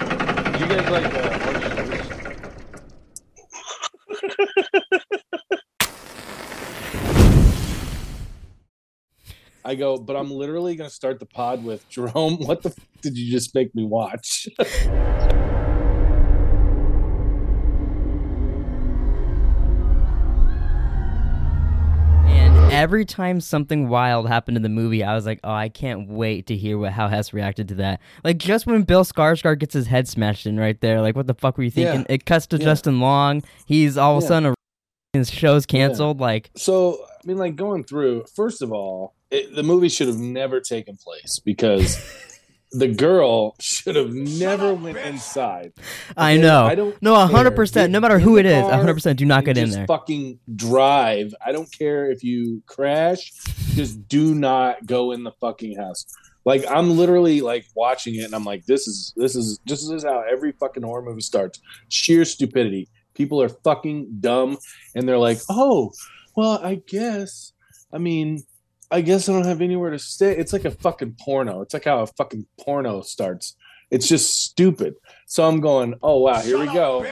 you guys like uh, orange juice? I go, but I'm literally gonna start the pod with Jerome. What the f- did you just make me watch? And every time something wild happened in the movie, I was like, oh, I can't wait to hear what, how Hess reacted to that. Like, just when Bill Skarsgård gets his head smashed in right there, like, what the fuck were you thinking? Yeah. It cuts to Yeah. Justin Long. He's all of a Yeah. sudden a. His show's canceled. Like, So I mean, like going through. First of all, it, the movie should have never taken place because the girl should have never went inside. I Yeah, know. I don't no, hundred care. percent. No matter Get who in it the is, car hundred percent. Do not get and in just there. Fucking drive. I don't care if you crash. Just do not go in the fucking house. Like I'm literally like watching it, and I'm like, this is this is this is how every fucking horror movie starts. Sheer stupidity. People are fucking dumb, and they're like, oh, well, I guess. I mean. I guess I don't have anywhere to stay. It's like a fucking porno. It's like how a fucking porno starts. It's just stupid. So I'm going, oh wow, here we go.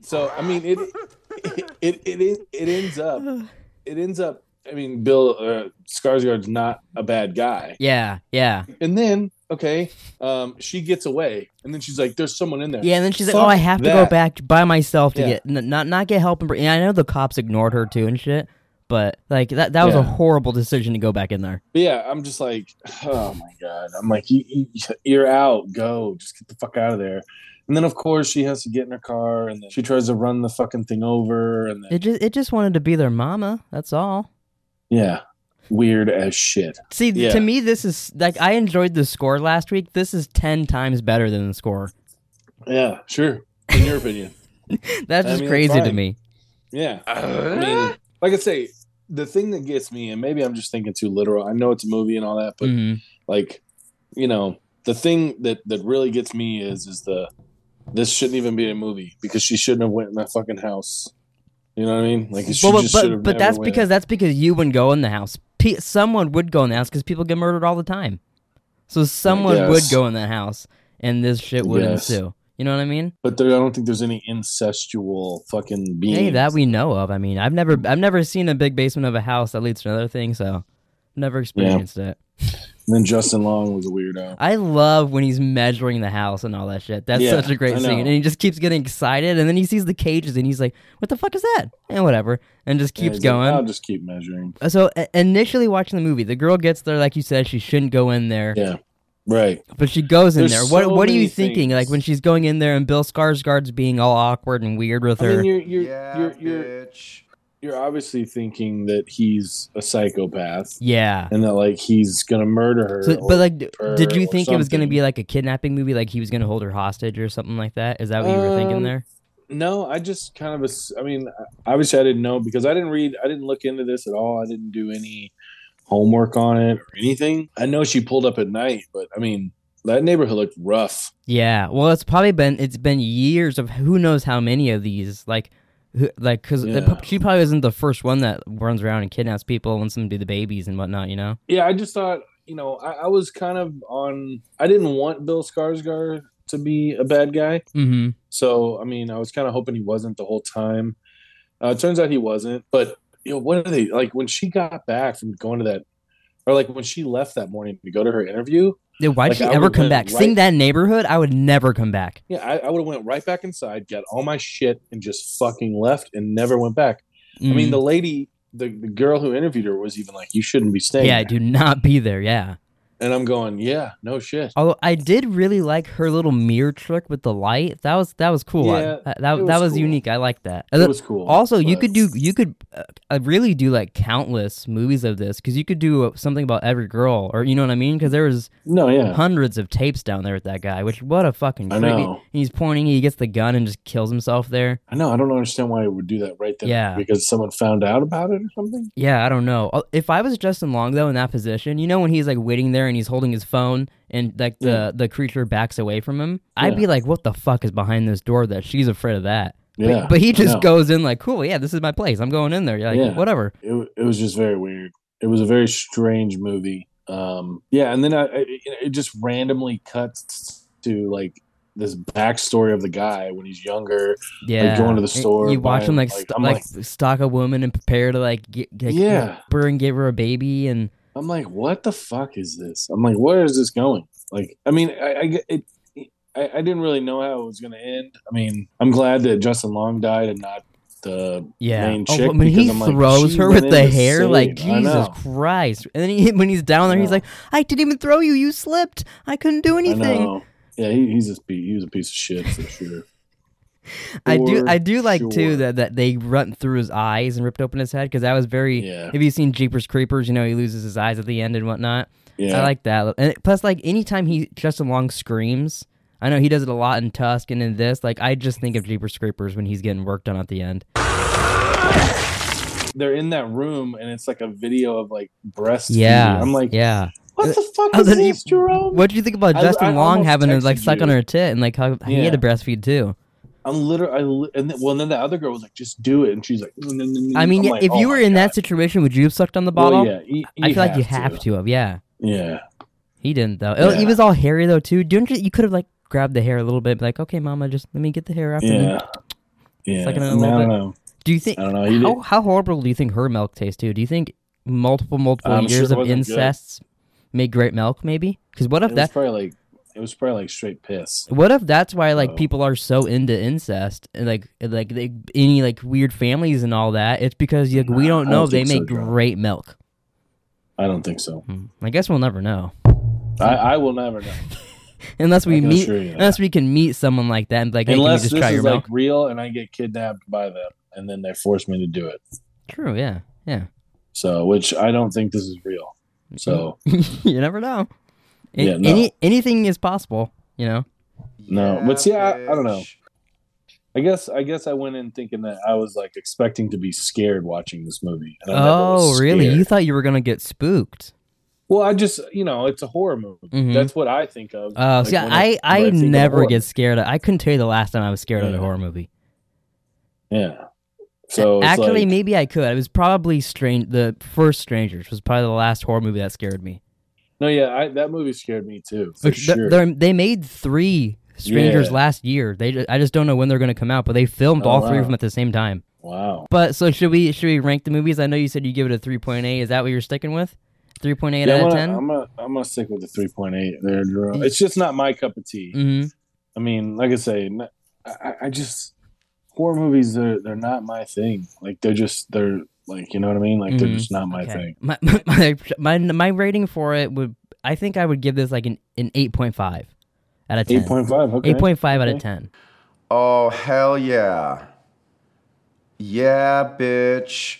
So I mean, it it it it, it ends up it ends up. I mean, Bill uh, Skarsgård's not a bad guy. yeah, yeah, And then okay, um, she gets away, and then she's like, "There's someone in there." yeah. And then she's like, Fuck "Oh, I have to go that. back by myself to Yeah. get n- not not get help." And br- yeah, I know the cops ignored her too and shit. But like that, that was a Yeah. horrible decision to go back in there. But yeah, I'm just like, oh my god. I'm like, you, you, you're out. Go, just get the fuck out of there. And then of course she has to get in her car, and then she tries to run the fucking thing over, and then It just it just wanted to be their mama. That's all. yeah, weird as shit. See, th- Yeah. to me, this is like I enjoyed the score last week. This is ten times better than the score. Yeah, sure. In your opinion. That's I just mean, it's crazy to fine. me. Yeah. I mean, like I say, the thing that gets me, and maybe I'm just thinking too literal. I know it's a movie and all that, but Mhm. like, you know, the thing that that really gets me is is the this shouldn't even be a movie because she shouldn't have went in that fucking house. You know what I mean? Like, she But but just should but, have but never that's went. because that's because you wouldn't go in the house. Pe- someone would go in the house because people get murdered all the time. So someone would guess. go in the house, and this shit would Yes. ensue. You know what I mean? But there, I don't think there's any incestual fucking being. Hey, that we know of. I mean, I've never I've never seen a big basement of a house that leads to another thing. So never experienced it. And then Justin Long was a weirdo. I love when he's measuring the house and all that shit. That's Yeah, such a great I scene. know. And he just keeps getting excited, and then he sees the cages, and he's like, "What the fuck is that?" And whatever, and just Yeah, keeps he's like, going. I'll just keep measuring. so i- initially watching the movie, the girl gets there, like you said, she shouldn't go in there, Yeah, right. but she goes in There's there. What so What are many you thinking? things. Like when she's going in there, and Bill Skarsgård's being all awkward and weird with I her. mean, you're you're yeah, you're you're bitch. you're obviously thinking that he's a psychopath yeah. and that like he's gonna murder her. So, or- but like, d- or- did you or think it was going to something. be like a kidnapping movie? Like he was going to hold her hostage or something like that? Is that what you were thinking Um, there? no, I just kind of. ass- I mean, obviously, I didn't know because I didn't read. I didn't look into this at all. I didn't do any homework on it or anything. I know she pulled up at night, but I mean, that neighborhood looked rough. Yeah. Well, it's probably been it's been years of who knows how many of these like. Who, like, cause they Yeah. prob- she probably isn't the first one that runs around and kidnaps people and some do the babies and whatnot, you know? Yeah, I just thought, you know, I, I was kind of on. I didn't want Bill Skarsgård to be a bad guy, Mm-hmm. So I mean, I was kind of hoping he wasn't the whole time. Uh, it turns out he wasn't. But you know, what are they like when she got back from going to that, or like when she left that morning to go to her interview? Dude, why'd Like, she I ever would've come been back? right- Seeing that neighborhood, I would never come back. Yeah, I, I would have went right back inside, got all my shit, and just fucking left and never went back. I Mm. mean, the lady, the, the girl who interviewed her was even like, "You shouldn't be Mm. staying." yeah, there." do not be there. Yeah. And I'm going, "Yeah, no shit." Although I did really like her little mirror trick with the light. That was that was cool. I- Yeah, that that it was, that was was cool. unique. I liked that. It was cool. also, you but- could do you could uh, uh, really do like countless movies of this because you could do uh, something about every girl or you know what I mean because there was no, yeah, hundreds of tapes down there with that guy. Which what a fucking I creep. He- know. He's pointing. He gets the gun and just kills himself there. I know. I don't understand why he would do that right then. Yeah. because someone found out about it or something. Yeah, I don't know. Uh, If I was Justin Long though in that position, you know when he's like waiting there and he's holding his phone and like the Yeah. the creature backs away from him, I'd Yeah. be like, what the fuck is behind this door that she's afraid of that? But, Yeah, but he I just know. goes in like, cool, yeah, this is my place. I'm going in there. You're like, Yeah. whatever. it, w- it was just very weird. It was a very strange movie. Um, yeah, and then I, I, it it just randomly cuts to like this backstory of the guy when he's younger. Yeah, going to the store, You watch buying, him like like, st- I'm like, stalk a woman and prepare to like get, like, Yeah. help her and give her a baby, and I'm like, what the fuck is this? I'm like, where is this going? Like, I mean, I, I get- it, I, I didn't really know how it was going to end. I mean, I'm glad that Justin Long died and not the yeah. Main oh, chick, when he because I'm like, throws she her went with in the to hair, save. like I Jesus know. Christ! And then he, when he's down there, he's know. like, I didn't even throw you. You slipped. I couldn't do I anything. know. Yeah, he, he's just he was a piece of shit for sure. I, do. For I do like too sure. that that they run through his eyes and ripped open his head because that was very. Yeah, Have you seen Jeepers Creepers? You know he loses his eyes at the end and whatnot. yeah. I like that. And it- plus, like anytime he Justin Long screams, I know he does it a lot in Tusk and in this. Like I just think of Jeepers Creepers when he's getting worked on at the end. They're in that room and it's like a video of like breast. Yeah, feeding. I'm like, yeah. what the fuck Oh, is then he- this, Jerome? What do you think about I- Justin I Long almost having to like texted suck on you. her tit and like how he had to breastfeed too? I'm literally, I, li- and then, well, and then the other girl was like, just do it, and she's like, "No, no, no, no." I mean, I'm yeah, like, if oh you my were in God. that situation, would you have sucked on the Well, bottle? yeah, you- I feel like you have to. have. Yeah, Yeah, he didn't though. It- He Yeah. was all hairy though too. Don't you? You could have like grabbed the hair a little bit, be like, okay, mama, just let me get the hair off. and then-" yeah, yeah. Sucking it a I, mean, I little don't know. Do you think? I don't know. He How, how horrible do you think her milk tastes too? Do you think multiple multiple I'm sure years it of wasn't good. incests made great milk? Maybe because what did, if it was that? probably like it was probably like straight piss. What if that's why like Oh. people are so into incest and like like they, any like weird families and all that? It's because like we Nah, don't I know don't if they think so, make John. great milk. I don't think so. Hmm. I guess we'll never know I, I will never know unless I we can meet assure you that. unless we can meet someone like that and be like hey, can you unless just this try is your like milk? real and I get kidnapped by them and then they force me to do it. True, yeah, yeah. So, which I don't think this is real. So you never know. An- Yeah, no. Any anything is possible, you know. No, but see, I- I don't know. bitch. I guess I guess I went in thinking that I was like expecting to be scared watching this movie. and I never was Oh, really? scared. You thought you were gonna get spooked? Well, I just you know it's a horror movie. Mhm. That's what I think of. Oh, Like, see, when I, when I, think of never horror. get scared. Of, I couldn't tell you the last time I was scared of a Yeah. horror movie. yeah. So Oh, it's Actually, like- maybe I could. It was probably strange. The first Strangers was probably the last horror movie that scared me. No, yeah, I, that movie scared me too. For Which- th- sure. they're- They made three Strangers Yeah. last year. They ju- I just don't know when they're going to come out, but they filmed Oh, all three wow. of them at the same time. wow. But so should we should we rank the movies? I know you said you give it a three point eight. Is that what you're sticking with? Three point eight Yeah, out I'm, of gonna, 10 I'm gonna I'm gonna stick with the 3.8 there, Jerome. It's just not my cup of tea. Mm-hmm. I mean, like I say, n- I, I- I just horror movies they're they're not my thing. Like they're just they're like you know what I mean. Like Mhm. they're just not my thing. My, my, my, my, my rating for it would, I think I would give this like an, an 8.5 out of 10. Eight point five. Okay. 8.5 out of Okay. 10. Oh, hell yeah. Yeah, bitch.